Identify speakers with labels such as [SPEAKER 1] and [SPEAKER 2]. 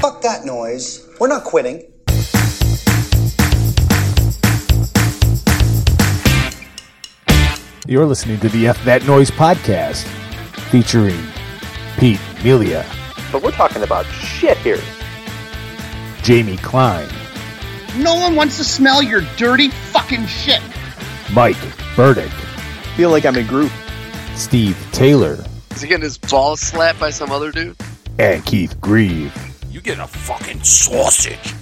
[SPEAKER 1] Fuck that noise. We're not quitting.
[SPEAKER 2] You're listening to the F That Noise podcast featuring Pete Melia,
[SPEAKER 3] But we're talking about shit here.
[SPEAKER 2] Jamie Klein,
[SPEAKER 4] No one wants to smell your dirty fucking shit.
[SPEAKER 2] Mike Burdick,
[SPEAKER 3] Feel like I'm in group.
[SPEAKER 2] Steve Taylor,
[SPEAKER 5] Is he getting his ball slapped by some other dude?
[SPEAKER 2] and Keith Grieve.
[SPEAKER 6] You get a fucking sausage.